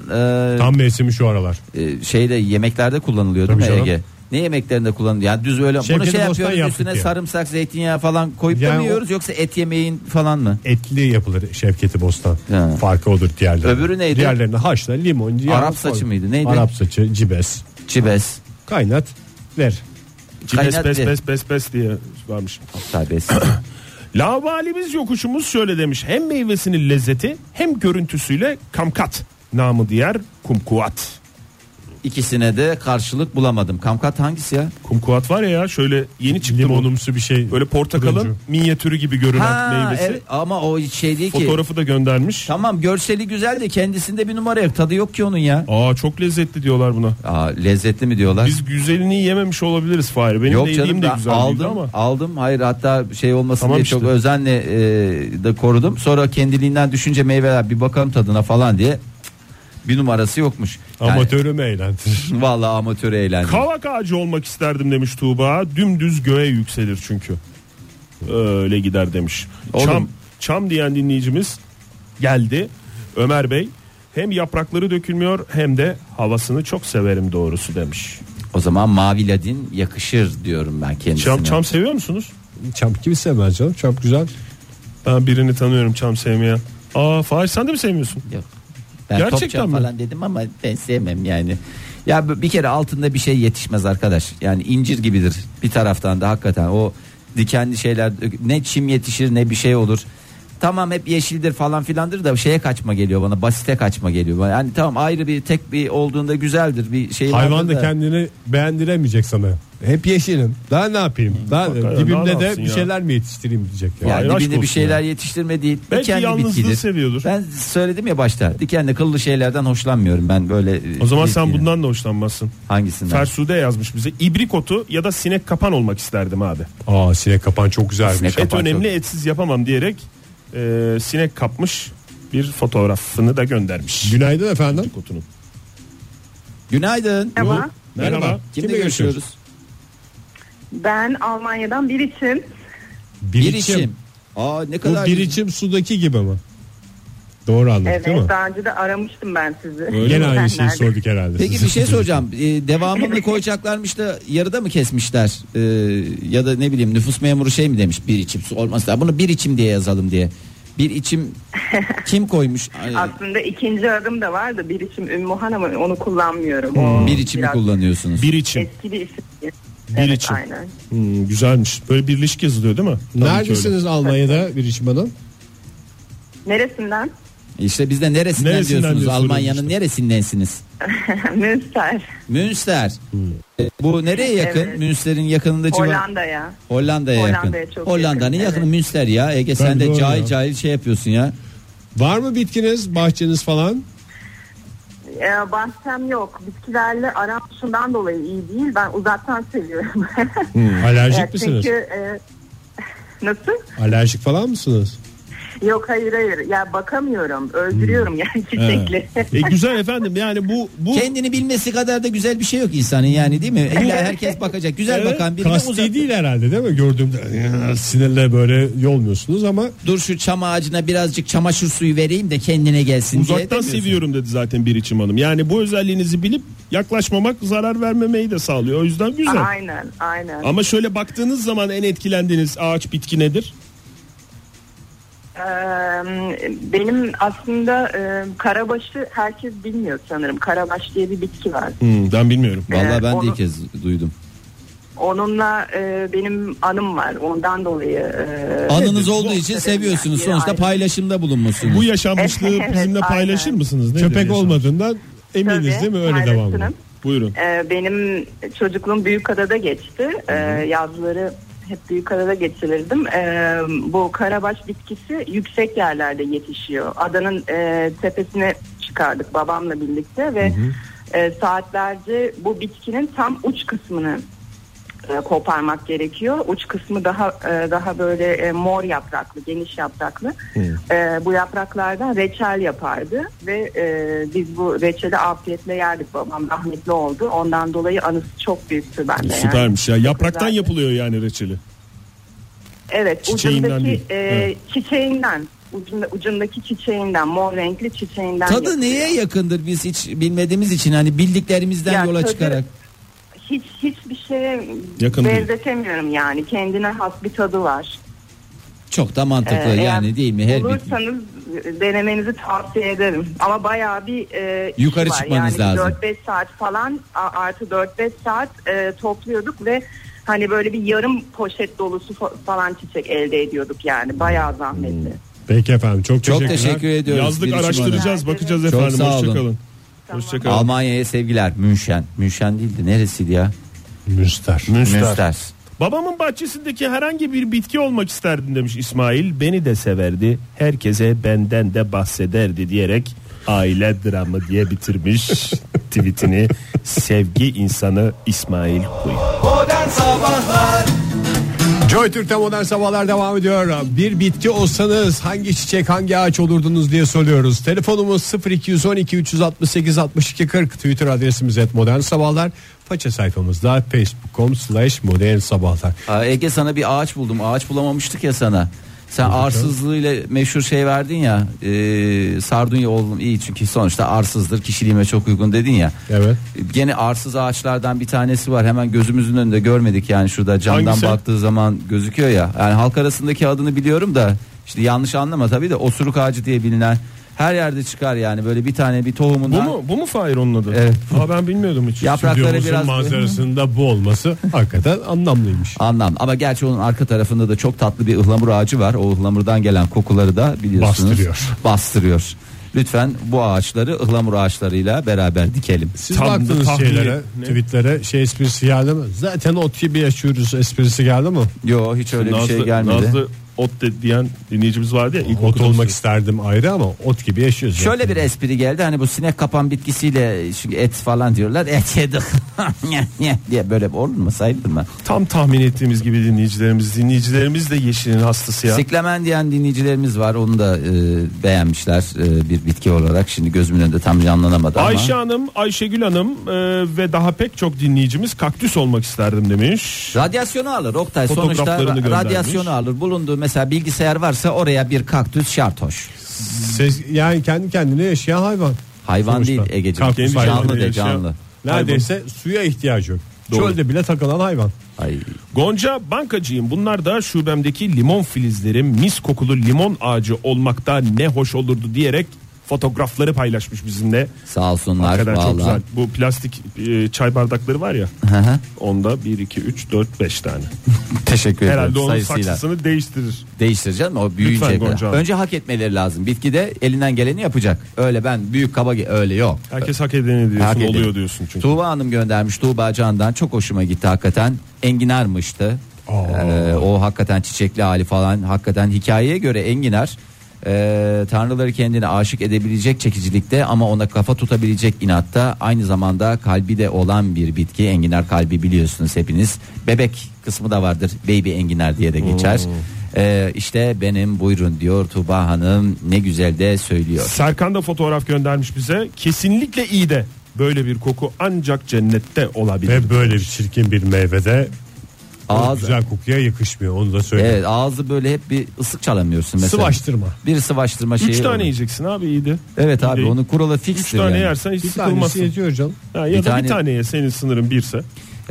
C: e,
B: tam mevsimi şu aralar.
C: e, şeyde yemeklerde kullanılıyor değil
B: Tabii
C: mi
B: canım.
C: Ege? Ne yemeklerinde kullanılıyor? Yani düz öyle
B: Şevketi
C: bunu şey
B: Bostan
C: yapıyoruz
B: yaptık
C: üstüne
B: yani.
C: sarımsak, zeytinyağı falan koyup da
B: Yani
C: mı
B: o-
C: yiyoruz yoksa et yemeğin falan mı?
B: Etli yapılır Şevketi Bostan.
C: Ha.
B: Farkı odur diğerlerine.
C: Öbürü neydi?
B: Diğerlerine haşla limon. ciğer,
C: Arap saçı
B: koy.
C: mıydı, neydi?
B: Arap saçı cibes.
C: Cibes.
B: Kaynat ver.
D: Cibes
C: Kaynat
D: bes
C: diye.
D: bes bes bes diye varmış.
C: Tabii.
D: Lavalimiz yokuşumuz şöyle demiş. Hem meyvesinin lezzeti hem görüntüsüyle kamkat. Namı diğer kumkuat.
C: İkisine de karşılık bulamadım. Kamkat hangisi ya?
D: Kumkuat var ya şöyle yeni çıktı bu.
B: Limonumsu bir şey.
D: Böyle portakalın
B: Turuncu.
D: minyatürü gibi görünen
C: Ha,
D: meyvesi.
C: evet, ama o şey değil ki.
D: Fotoğrafı da göndermiş.
C: Tamam görseli güzel de kendisinde bir numara yok. Tadı yok ki onun ya.
D: Aa çok lezzetli diyorlar buna.
C: Aa, lezzetli mi diyorlar?
D: Biz güzelini yememiş olabiliriz Fahir. Benim
C: yok
D: de
C: canım
D: yediğim de
C: ben
D: güzel değildi
C: aldım
D: ama.
C: aldım hayır hatta şey olmasın
D: Tamam
C: diye
D: işte.
C: çok özenle e, de korudum sonra kendiliğinden düşünce meyveler bir bakalım tadına falan diye cık, bir numarası yokmuş yani,
B: Amatörümü eğlendirir.
C: vallahi amatöre eğlendim
D: Kavak ağacı olmak isterdim demiş Tuğba. Dümdüz göğe yükselir çünkü. Öyle gider demiş.
C: Oğlum.
D: Çam, çam diyen dinleyicimiz geldi. Ömer Bey hem yaprakları dökülmüyor hem de havasını çok severim doğrusu demiş.
C: o zaman mavi ladin yakışır diyorum ben kendisine
D: Çam, çam seviyor musunuz?
B: Çam kimi sevmez canım. Çam güzel.
D: Ben birini tanıyorum çam sevmeyen. Aa Fahir sen de mi sevmiyorsun?
C: Yok. Ben
D: Gerçekten
C: top çam
D: mi?
C: falan dedim ama ben sevmem yani. Ya b- bir kere altında bir şey yetişmez arkadaş. Yani incir gibidir bir taraftan da hakikaten o dikenli şeyler ne çim yetişir ne bir şey olur. Tamam hep yeşildir falan filandır da şeye kaçma geliyor bana basite kaçma geliyor bana. Yani tamam ayrı bir tek bir olduğunda güzeldir bir şey.
B: Hayvan
C: vardır
B: da kendini beğendiremeyecek sana. Hep yeşilim. Daha ne yapayım? Daha
D: Bak ya,
B: dibimde
D: daha ne
B: de
D: yapsın
B: bir
D: ya?
B: şeyler mi yetiştireyim diyecek. Yani.
C: Yani
D: Vay, aşk
C: dibinde bir
D: olsun
C: şeyler yetiştirme değil.
D: Belki
C: dikenli
D: yalnızlığı
C: bitkidir.
D: seviyordur.
C: Ben söyledim ya başta. Dikenli kıllı şeylerden hoşlanmıyorum ben böyle. e,
D: O zaman sen
C: bitkinin.
D: bundan da hoşlanmazsın.
C: hangisinden?
D: Fersude yazmış bize. İbrik otu ya da sinek kapan olmak isterdim abi.
B: Aa sinek kapan çok güzel bir
C: Sinek
B: şey.
D: Et
C: Kapan
D: önemli etsiz yapamam diyerek e, sinek kapmış bir fotoğrafını da göndermiş.
B: Günaydın efendim.
D: Kutunun.
C: Günaydın.
G: Merhaba.
B: Merhaba.
C: Kimle,
B: Kimle
C: görüşüyoruz?
B: görüşüyoruz?
G: Ben Almanya'dan bir için.
C: Bir içim. Aa ne
B: Bu
C: kadar
B: bir içim sudaki gibi mi? Doğru anladık
G: Evet
B: değil mi?
G: daha önce de aramıştım ben sizi.
B: Gene
G: Sen
B: aynı şey. şeyi
G: nerede?
B: sorduk herhalde.
C: Peki
B: size.
C: bir şey soracağım. Ee, devamını koyacaklarmış da yarıda mı kesmişler? Ee, ya da ne bileyim nüfus memuru şey mi demiş bir içim su olmaz da bunu bir içim diye yazalım diye. Bir içim kim koymuş? Ay,
G: Aslında ikinci adım da var da bir içim Ümmühan ama onu kullanmıyorum. O
B: Hmm.
C: bir içimi
G: biraz
C: kullanıyorsunuz.
D: Bir için.
G: Etkili isim.
D: Bir
G: Evet,
D: için.
G: Aynen.
D: Hmm, güzelmiş. Böyle bir ilişki yazılıyor değil mi? Tabii ki öyle.
B: Neredesiniz Almanya'da Biricim Hanım?
G: Neresinden?
E: İşte biz de neresinden,
D: Neresinden
E: diyorsunuz
D: diye soruyorum
E: Almanya'nın
D: işte.
E: neresindensiniz?
G: Münster.
E: Münster. E, Bu nereye yakın?
G: Evet.
E: Münster'in yakınında civar.
G: Hollanda'ya.
E: Hollanda'ya yakın.
G: Hollanda'ya çok
E: Hollanda'nın
G: yakın,
E: yakını
G: evet.
E: Münster ya. Ege sen de
D: doğru
E: cahil
D: ya.
E: cahil şey yapıyorsun ya.
B: Var mı bitkiniz, bahçeniz falan?
G: Ee, bahçem yok. Bitkilerle aram şundan dolayı iyi değil. Ben uzaktan seviyorum.
B: Alerjik
G: Evet,
B: Hmm. misiniz?
G: Çünkü e, nasıl?
B: Alerjik falan mısınız?
G: Yok hayır hayır. Ya bakamıyorum. Öldürüyorum
E: Hmm.
G: yani çiçekleri.
D: E, güzel efendim yani bu bu
E: Kendini bilmesi kadar da güzel bir şey yok insanın yani değil mi? İlla herkes bakacak. Güzel
D: Evet,
E: bakan biri de uzak.
B: Kasti değil herhalde değil mi? Gördüğümde "Ya, sinirle böyle yolmuyorsunuz ama
E: Dur şu çam ağacına birazcık çamaşır suyu vereyim de kendine gelsin diye.
D: uzaktan
E: demiyorsun.
D: seviyorum dedi zaten bir içim hanım. Yani bu özelliğinizi bilip yaklaşmamak zarar vermemeyi de sağlıyor. O yüzden güzel.
G: aynen aynen.
D: Ama şöyle baktığınız zaman en etkilendiğiniz ağaç bitki nedir?
G: Ee, benim aslında e, karabaşı herkes bilmiyor sanırım. Karabaş diye bir bitki var.
B: Hmm,
D: ben bilmiyorum.
E: Vallahi
G: Evet,
E: ben de
G: onu-
E: ilk kez duydum.
G: Onunla e, benim anım var. Ondan dolayı. e,
E: Anınız
D: Bu-
E: olduğu için seviyorsunuz.
G: Yani,
E: Sonuçta
G: aynen.
E: paylaşımda bulunmuşsunuz.
D: Bu yaşanmışlığı
G: Evet,
D: bizimle
G: aynen.
D: paylaşır mısınız? Nedir
B: köpek
D: yaşanmış?
B: olmadığından
G: tabii,
B: eminiz değil mi? Öyle devam
G: paylaşırım.
D: Buyurun.
G: Ee, benim çocukluğum Büyükada'da geçti. Ee, yazları hep Büyükada'da geçirirdim. Ee, bu karabaş bitkisi yüksek yerlerde yetişiyor. Adanın e, tepesine çıkardık babamla birlikte ve e, saatlerce bu bitkinin tam uç kısmını e, koparmak gerekiyor. Uç kısmı daha e, daha böyle e, mor yapraklı, geniş yapraklı. E, bu yapraklardan reçel yapardı ve e, biz bu reçeli afiyetle yerdik babam rahmetli oldu. Ondan dolayı anısı çok büyüktü bende. yani.
D: Süpermiş ya. Yapraktan
G: güzeldi.
D: yapılıyor yani reçeli.
G: Evet,
D: Çiçeğinden
G: ucundaki
D: değil.
G: e,
D: Evet.
G: çiçeğinden, ucunda, ucundaki çiçeğinden, mor renkli çiçeğinden.
E: Tadı
G: yapılıyor.
E: neye yakındır biz hiç bilmediğimiz için hani bildiklerimizden
G: Ya
E: yola
G: tadı-
E: çıkarak.
G: Hiç hiçbir şeye
D: Yakın değil.
G: benzetemiyorum yani. Kendine has bir tadı var.
E: Çok da mantıklı
G: Ee,
E: yani
G: eğer
E: değil mi? Her bir
G: bulursanız denemenizi tavsiye ederim. Ama bayağı bir e, işi
E: Yukarı
G: var.
E: çıkmanız
G: yani
E: lazım.
G: 4-5 saat falan a- artı 4-5 saat e, topluyorduk ve hani böyle bir yarım poşet dolusu fa- falan çiçek elde ediyorduk yani.
E: Hmm.
G: Bayağı zahmetli.
B: Peki efendim çok,
E: Çok
B: teşekkürler.
E: teşekkür ediyoruz.
D: Yazlık
E: Biricim Hanım.
D: araştıracağız, bakacağız
E: Çok
D: efendim.
E: sağ olun.
D: Hoşçakalın.
G: Tamam.
D: Hoşçakalın.
E: Almanya'ya sevgiler. Münşen. Münşen değildi. Neresiydi ya?
B: Müster.
E: Münster.
D: Babamın bahçesindeki herhangi bir bitki olmak isterdim demiş İsmail. Beni de severdi. Herkese benden de bahsederdi diyerek aile dramı diye bitirmiş tweetini. Sevgi insanı İsmail Huy.
B: Joy Türk'te modern sabahlar devam ediyor. Bir bitki olsanız hangi çiçek hangi ağaç olurdunuz diye soruyoruz. Telefonumuz 0212 368 62 40 Twitter adresimiz et modern sabahlar. Faça sayfamızda facebook.com slash modern sabahlar.
C: Aa, Ege sana bir ağaç buldum. Ağaç bulamamıştık ya sana. Sen arsızlığıyla meşhur şey verdin ya. E, sardunya oğlum iyi çünkü sonuçta arsızdır. Kişiliğime çok uygun dedin ya.
B: Evet.
C: Gene arsız ağaçlardan bir tanesi var. Hemen gözümüzün önünde görmedik yani şurada camdan
D: Hangisi?
C: baktığı zaman gözüküyor ya. Yani halk arasındaki adını biliyorum da işte yanlış anlama tabii de osuruk ağacı diye bilinen her yerde çıkar yani böyle bir tane bir
D: Bu
C: tohumundan
D: mu? Bu mu Fahir onun adı?
C: Evet.
D: Aa, ben bilmiyordum hiç.
C: yaprakları
B: Stüdyomuzun
C: biraz
B: manzarasında bu olması hakikaten anlamlıymış.
C: Anlam ama gerçi onun arka tarafında da çok tatlı bir ıhlamur ağacı var. O ıhlamurdan gelen kokuları da biliyorsunuz.
B: Bastırıyor.
C: Bastırıyor. Lütfen bu ağaçları ıhlamur ağaçlarıyla beraber dikelim.
B: Siz
D: Tam
B: baktınız
D: tahmini
B: şeylere,
D: ne?
B: tweetlere şey esprisi geldi mi? Zaten ot gibi yaşıyoruz esprisi geldi mi?
C: Yo hiç öyle bir
D: Nazlı,
C: şey gelmedi.
D: Nazlı ot de diyen dinleyicimiz vardı ya. ilk
B: Ot olmak
D: okuduğumuz-
B: isterdim ayrı ama ot gibi yaşıyoruz.
C: Şöyle bir espri geldi hani bu sinek kapan bitkisiyle çünkü et falan diyorlar et yedik diye böyle olur mu sayılır mı?
D: Tam tahmin ettiğimiz gibi dinleyicilerimiz. Dinleyicilerimiz de yeşilin hastası ya.
C: Siklemen diyen dinleyicilerimiz var onu da e, beğenmişler e, bir bitki olarak şimdi gözümün önünde tam canlanamadı ama.
D: Ayşe Hanım, Ayşegül Hanım e, ve daha pek çok dinleyicimiz kaktüs olmak isterdim demiş.
C: Radyasyonu alır Oktay sonuçta
D: Fotoğraflarını
C: ra-
D: göndermiş.
C: radyasyonu alır bulunduğu mesela bilgisayar varsa oraya bir kaktüs şart hoş
B: Ses, yani kendi kendine yaşayan hayvan.
C: Hayvan
B: Sonuçta.
C: değil Egeciğim
B: Kaktüs
C: canlı
B: hayvanı
C: de
D: yaşayan-
C: canlı
B: Neredeyse suya ihtiyacı yok. Çölde bile takılan hayvan.
C: Ay,
D: Gonca bankacıyım. Bunlar da şubemdeki limon filizleri mis kokulu limon ağacı olmakta ne hoş olurdu diyerek fotoğrafları paylaşmış bizimle.
C: Sağ olsunlar
D: Hakikaten çok güzel.
C: vallahi.
D: Bu plastik e, çay bardakları var ya.
C: Hı hı.
D: Onda 1 2 3 4 5 tane.
C: Teşekkür ederim
D: Herhalde onun
C: sayısıyla.
D: saksısını değiştirir.
C: Değiştireceğim o büyüyecek.
D: Gonca Hanım.
C: Önce hak etmeleri lazım. Bitki de elinden geleni yapacak. Öyle ben büyük kaba ge- öyle yok.
D: Herkes hak edeni diyorsun,
C: Hak edeni.
D: oluyor diyorsun çünkü.
C: Tuğba Hanım göndermiş Tuğba Can'dan çok hoşuma gitti hakikaten enginarmıştı Ee, o hakikaten çiçekli hali falan hakikaten hikayeye göre enginar ee, tanrıları kendine aşık edebilecek çekicilikte ama ona kafa tutabilecek inatta aynı zamanda kalbi de olan bir bitki enginar kalbi biliyorsunuz hepiniz bebek kısmı da vardır baby enginar diye de geçer Ee, işte benim buyurun diyor Tuğba Hanım ne güzel de söylüyor
D: Serkan da fotoğraf göndermiş bize. Kesinlikle iyi de böyle bir koku ancak cennette olabilir.
B: Ve böyle bir çirkin bir meyvede
C: Ağız-
B: güzel kokuya yakışmıyor onu da söyleyeyim.
C: Evet ağzı böyle hep bir ısık çalamıyorsun mesela.
B: Sıvaştırma.
C: Bir sıvaştırma şeyi.
D: 3 tane
C: şey olur.
D: yiyeceksin abi iyi de.
C: Evet
D: İyi
C: abi
D: değil.
C: onun kuralı fixtir
D: Üç tane
C: yani.
D: yersen hiç
B: Bir tanesi
D: sıkılmazsın.
B: yetiyor canım.
D: Ha, ya
C: Bir
D: da
C: tane-
D: bir tane ye senin sınırın birse.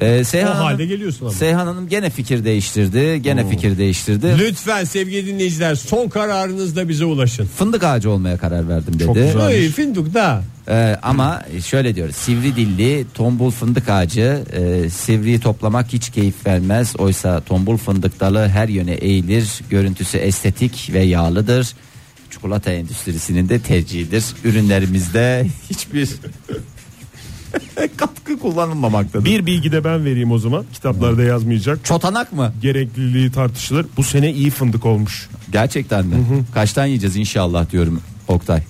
C: Ee,
B: O
C: Seyhan, Hanım,
B: halde geliyorsun ama.
C: Seyhan Hanım gene fikir değiştirdi. Gene fikir değiştirdi.
B: Lütfen sevgili dinleyiciler son kararınızda bize ulaşın.
C: Fındık ağacı olmaya karar verdim dedi.
D: güzel.
B: Ay, fındık da.
C: Ee, ama şöyle diyor sivri dilli tombul fındık ağacı e, sivriyi toplamak hiç keyif vermez oysa tombul fındık dalı her yöne eğilir görüntüsü estetik ve yağlıdır çikolata endüstrisinin de tercihidir ürünlerimizde hiçbir katkı kullanılmamaktadır.
D: Bir bilgi de ben vereyim o zaman. Kitaplarda yazmayacak.
C: Çotanak mı?
D: Gerekliliği tartışılır. Bu sene iyi fındık olmuş.
C: Gerçekten mi? Kaçtan yiyeceğiz inşallah diyorum Oktay.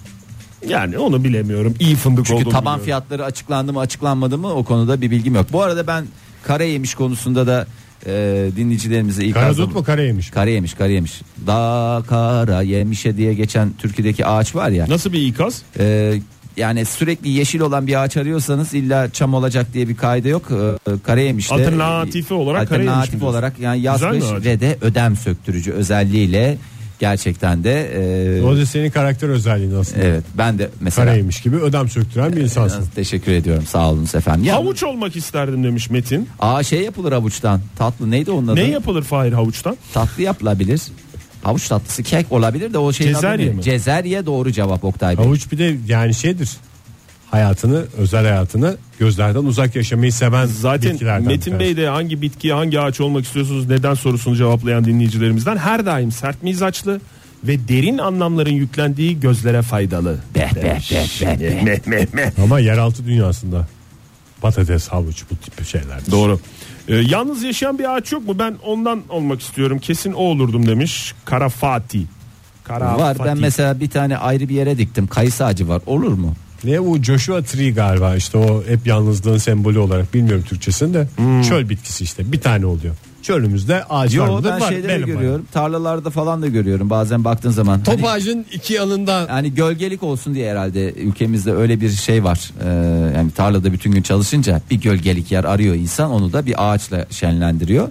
D: Yani onu bilemiyorum. İyi fındık
C: Çünkü
D: olduğunu
C: taban
D: biliyorum.
C: fiyatları açıklandı mı açıklanmadı mı o konuda bir bilgim yok. Bu arada ben kara yemiş konusunda da e, dinleyicilerimize ikazım.
B: Karadut mu karaymış?
C: Kara yemiş kara yemiş. Da kara yemişe diye geçen Türkiye'deki ağaç var ya.
D: Nasıl bir ikaz?
C: e, yani sürekli yeşil olan bir ağaç arıyorsanız illa çam olacak diye bir kaide yok. E, e, kara yemişte
D: Alternatifi olarak kara yemiş mi
C: alternatif
D: diyorsun?
C: olarak yani yaz
D: Güzel mi
C: kış
D: ağaç?
C: ve de ödem söktürücü özelliğiyle gerçekten de e,
B: O da senin karakter özelliğin aslında.
C: Evet ben de mesela
B: Karaymış gibi ödem söktüren bir insansın.
C: teşekkür ediyorum sağ olunuz efendim. Ya,
D: Havuç olmak isterdim demiş Metin.
C: Aa şey yapılır havuçtan tatlı neydi onun adı?
D: Ne yapılır Fahir havuçtan?
C: tatlı yapılabilir. Havuç tatlısı kek olabilir de o şeyin
D: Cezerye
C: adı ne?
D: mi?
C: Cezerye doğru cevap Oktay Bey.
B: Havuç bir de yani şeydir. Hayatını, özel hayatını gözlerden uzak yaşamayı seven
D: Zaten
B: bitkilerden bir
D: Metin
B: tanesi.
D: Bey de hangi bitkiye hangi ağaç olmak istiyorsunuz neden sorusunu cevaplayan dinleyicilerimizden her daim sert mizaçlı ve derin anlamların yüklendiği gözlere faydalı.
C: Beh beh beh beh beh.
B: Ama yeraltı dünyasında patates, havuç bu tip şeyler.
D: Doğru. Ee, yalnız yaşayan bir ağaç yok mu? Ben ondan olmak istiyorum. Kesin o olurdum demiş. Kara Fatih.
C: Var
D: Kara Fatih.
C: ben mesela bir tane ayrı bir yere diktim kayısı ağacı var olur mu?
B: Ne bu Joshua Tree galiba işte o hep yalnızlığın sembolü olarak bilmiyorum Türkçesini de.
D: Hmm.
B: Çöl bitkisi işte bir tane oluyor. Çölümüzde ağaç var
C: Yo
B: mıdır?
C: ben
B: Var,
C: şeyde de
B: benim var.
C: görüyorum tarlalarda falan da görüyorum bazen baktığın zaman.
B: Top
C: Hani-
B: ağacın iki yanında
C: Yani gölgelik olsun diye herhalde ülkemizde öyle bir şey var. Ee, yani tarlada bütün gün çalışınca bir gölgelik yer arıyor insan onu da bir ağaçla şenlendiriyor.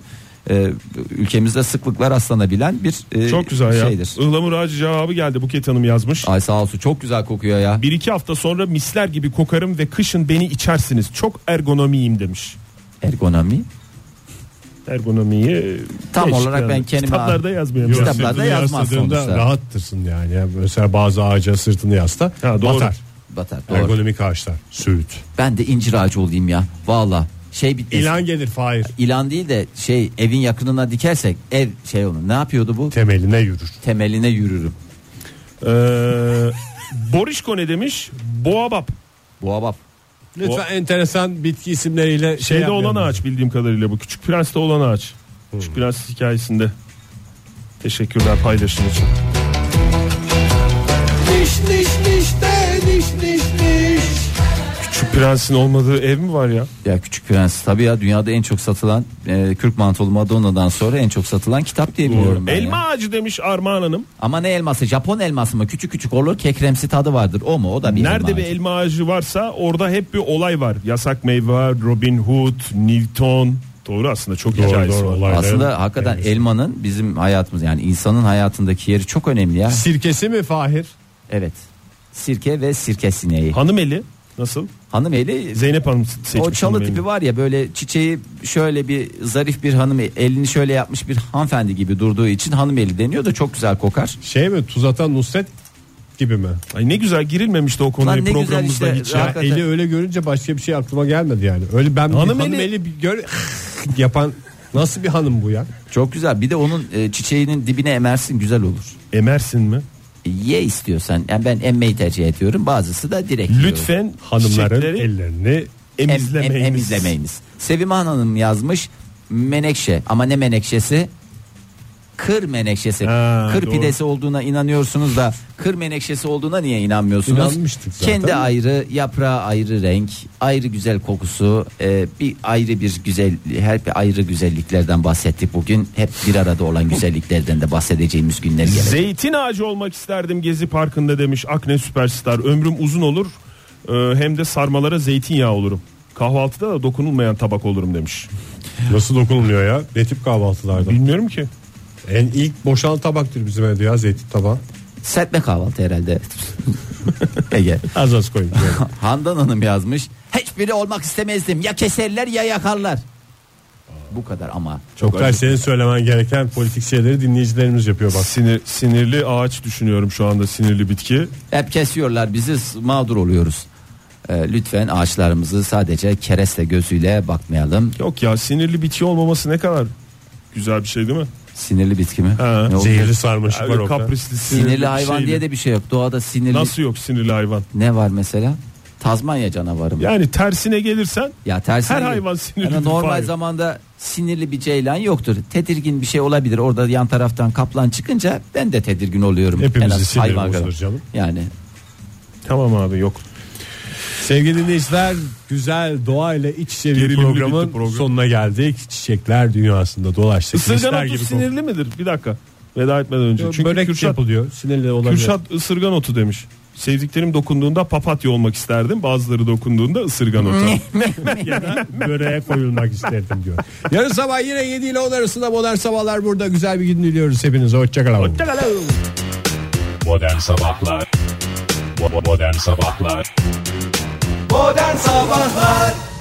C: Ee, ülkemizde sıklıklar rastlanabilen bir e,
D: Çok güzel ya.
C: şeydir.
D: Ihlamur ağacı cevabı geldi. Buket Hanım yazmış.
C: Ay sağ olsun çok güzel kokuyor ya.
D: Bir iki hafta sonra misler gibi kokarım ve kışın beni içersiniz. Çok ergonomiyim demiş.
C: Ergonomi.
D: Ergonomiyi
C: Tam
D: değişik
C: olarak ben kendime-
D: kitaplarda yazmıyorum.
B: Yok,
C: Kitaplarda
B: sırtını
C: yazmaz
B: yasladığında
C: sonuçta.
B: Rahattırsın yani. Yani Mesela bazı ağaca sırtını yasla
D: Ha, doğru.
B: batar.
C: Batar doğru.
B: Ergonomik ağaçlar. Söğüt.
C: Ben de incir ağacı olayım ya. Valla şey bitmesin. İlan...
B: İlan gelir Fahir.
C: değil de şey evin yakınına dikersek ev şey onu ne yapıyordu bu?
B: Temeline yürür.
C: Temeline yürürüm.
D: Ee, Borişko ne demiş? Boabab.
C: Şey Boğabap.
B: Lütfen enteresan bitki isimleriyle şey
D: Şeyde olan
B: yapmayalım.
D: ağaç bildiğim kadarıyla bu. Küçük Prens'te olan ağaç.
C: Hmm.
D: Küçük Prens hikayesinde. Teşekkürler paylaşım için. Küçük Prens'in olmadığı ev mi var ya?
C: Ya Küçük Prens tabii ya dünyada en çok satılan e, Kürk Mantolu Madonna'dan sonra en çok satılan kitap diye biliyorum ben.
D: Elma
C: ya.
D: ağacı demiş Armağan Hanım.
C: Ama ne elması? Japon elması mı? Küçük küçük olur, kekremsi tadı vardır. O mu? O da bir
D: Nerede
C: elma
D: bir
C: ağacı.
D: elma ağacı varsa orada hep bir olay var. Yasak meyve, var, Robin Hood, Newton. Doğru aslında çok
B: Doğru,
D: hikayesi
B: doğru,
D: var.
B: olay.
C: Aslında hakikaten elmanın bizim hayatımız yani insanın hayatındaki yeri çok önemli ya.
B: Sirkesi mi Fahir?
C: Evet. Sirke ve sirke sineği.
D: Hanım eli nasıl?
C: Hanım eli
D: Zeynep Hanım seçmiş.
C: E, o çalı
D: hanım elini.
C: tipi var ya böyle çiçeği şöyle bir zarif bir hanım elini şöyle yapmış bir hanımefendi gibi durduğu için hanım eli deniyor da çok güzel kokar.
B: Şey mi tuz atan Nusret gibi mi?
D: Ay ne güzel girilmemişti o konuya
C: Lan ne güzel
D: programımızda
C: işte,
D: hiç
B: Ya
D: ya.
C: rahat- Hakikaten.
B: eli öyle görünce başka bir şey aklıma gelmedi yani. Öyle ben bir
D: Hanım
B: hanım, eli...
D: eli-
B: bir gör yapan nasıl bir hanım bu ya?
C: Çok güzel. Bir de onun e, çiçeğinin dibine emersin güzel olur.
D: Emersin mi?
C: E, Ye istiyorsan. Yani ben emmeyi tercih ediyorum. Bazısı da direkt. yiyor.
D: Lütfen
B: Hanımların
D: hanımların
B: ellerini
C: Em- em-
D: emizlemeyiniz.
C: emizlemeyiniz. Sevim Hanım yazmış. Menekşe ama ne menekşesi? Kır menekşesi.
D: Ha,
C: kır
D: doğru.
C: pidesi olduğuna inanıyorsunuz da kır menekşesi olduğuna niye inanmıyorsunuz?
B: İnanmıştık zaten.
C: Kendi ayrı, yaprağı ayrı renk, ayrı güzel kokusu, e, bir ayrı bir güzel her bir ayrı güzelliklerden bahsettik bugün. Hep bir arada olan güzelliklerden de bahsedeceğimiz günler gelecek.
D: Zeytin ağacı olmak isterdim Gezi Parkı'nda demiş Akne Süperstar. Ömrüm uzun olur e, hem de sarmalara zeytinyağı olurum. Kahvaltıda da dokunulmayan tabak olurum demiş.
B: Nasıl dokunuluyor ya? Ne tip kahvaltılarda?
D: Bilmiyorum ki.
B: En ilk boşalan tabaktır bizim evde ya zeytin tabağı.
C: Serpme kahvaltı herhalde. Ege.
B: Az az koyun.
C: Handan Hanım yazmış. Hiçbiri olmak istemezdim. Ya keserler ya yakarlar. Bu kadar ama.
B: Çok da senin söylemen gereken politik şeyleri dinleyicilerimiz yapıyor bak.
D: Sinir, sinirli ağaç düşünüyorum şu anda sinirli bitki.
C: Hep kesiyorlar bizi s- mağdur oluyoruz. Ee, lütfen ağaçlarımızı sadece kereste gözüyle bakmayalım.
D: Yok ya sinirli bitki olmaması ne kadar güzel bir şey değil mi?
C: Sinirli bitki mi?
D: Ha.
C: Ne oldu?
B: Zehirli sarmaşık var
D: Öyle
B: orada.
D: kaprisli sinirli,
C: Sinirli hayvan
D: şeyli.
C: diye de bir şey yok. Doğada sinirli
D: Nasıl yok sinirli hayvan?
C: ne var mesela? Tazmanya canavarı mı? Ya,
D: Yani tersine gelirsen
C: tersine
D: Her
C: gel-
D: hayvan sinirli bir
C: Hani normal
D: fare.
C: zamanda sinirli bir ceylan yoktur. Tedirgin bir şey olabilir. Orada yan taraftan kaplan çıkınca ben de tedirgin oluyorum.
B: Hepimizin
C: En az
B: siniri
C: hayvan
B: bozulur
C: kadar.
B: canım.
C: Yani
D: tamam abi yok.
B: Sevgili dinleyiciler güzel doğayla iç içe bir
D: Gerilimli
B: programın
D: bitti program.
B: sonuna geldik. Çiçekler dünyasında dolaştık.
D: Isırgan
B: Misler
D: otu
B: gibi
D: sinirli midir? Bir dakika. Veda etmeden önce.
B: kokuyor.
D: Çünkü
B: Börek
D: Kürşat,
B: yapılıyor. Sinirli olabilir.
D: Kürşat ısırgan otu demiş. Sevdiklerim dokunduğunda papatya olmak isterdim. Bazıları dokunduğunda ısırgan otu.
B: böreğe koyulmak isterdim diyor. Yarın sabah yine 7 ile 10 arasında modern sabahlar burada. Güzel bir gün diliyoruz hepinize. Hoşçakalın.
H: Modern Sabahlar Bo- bo- Modern Sabahlar
I: Modern Sabahlar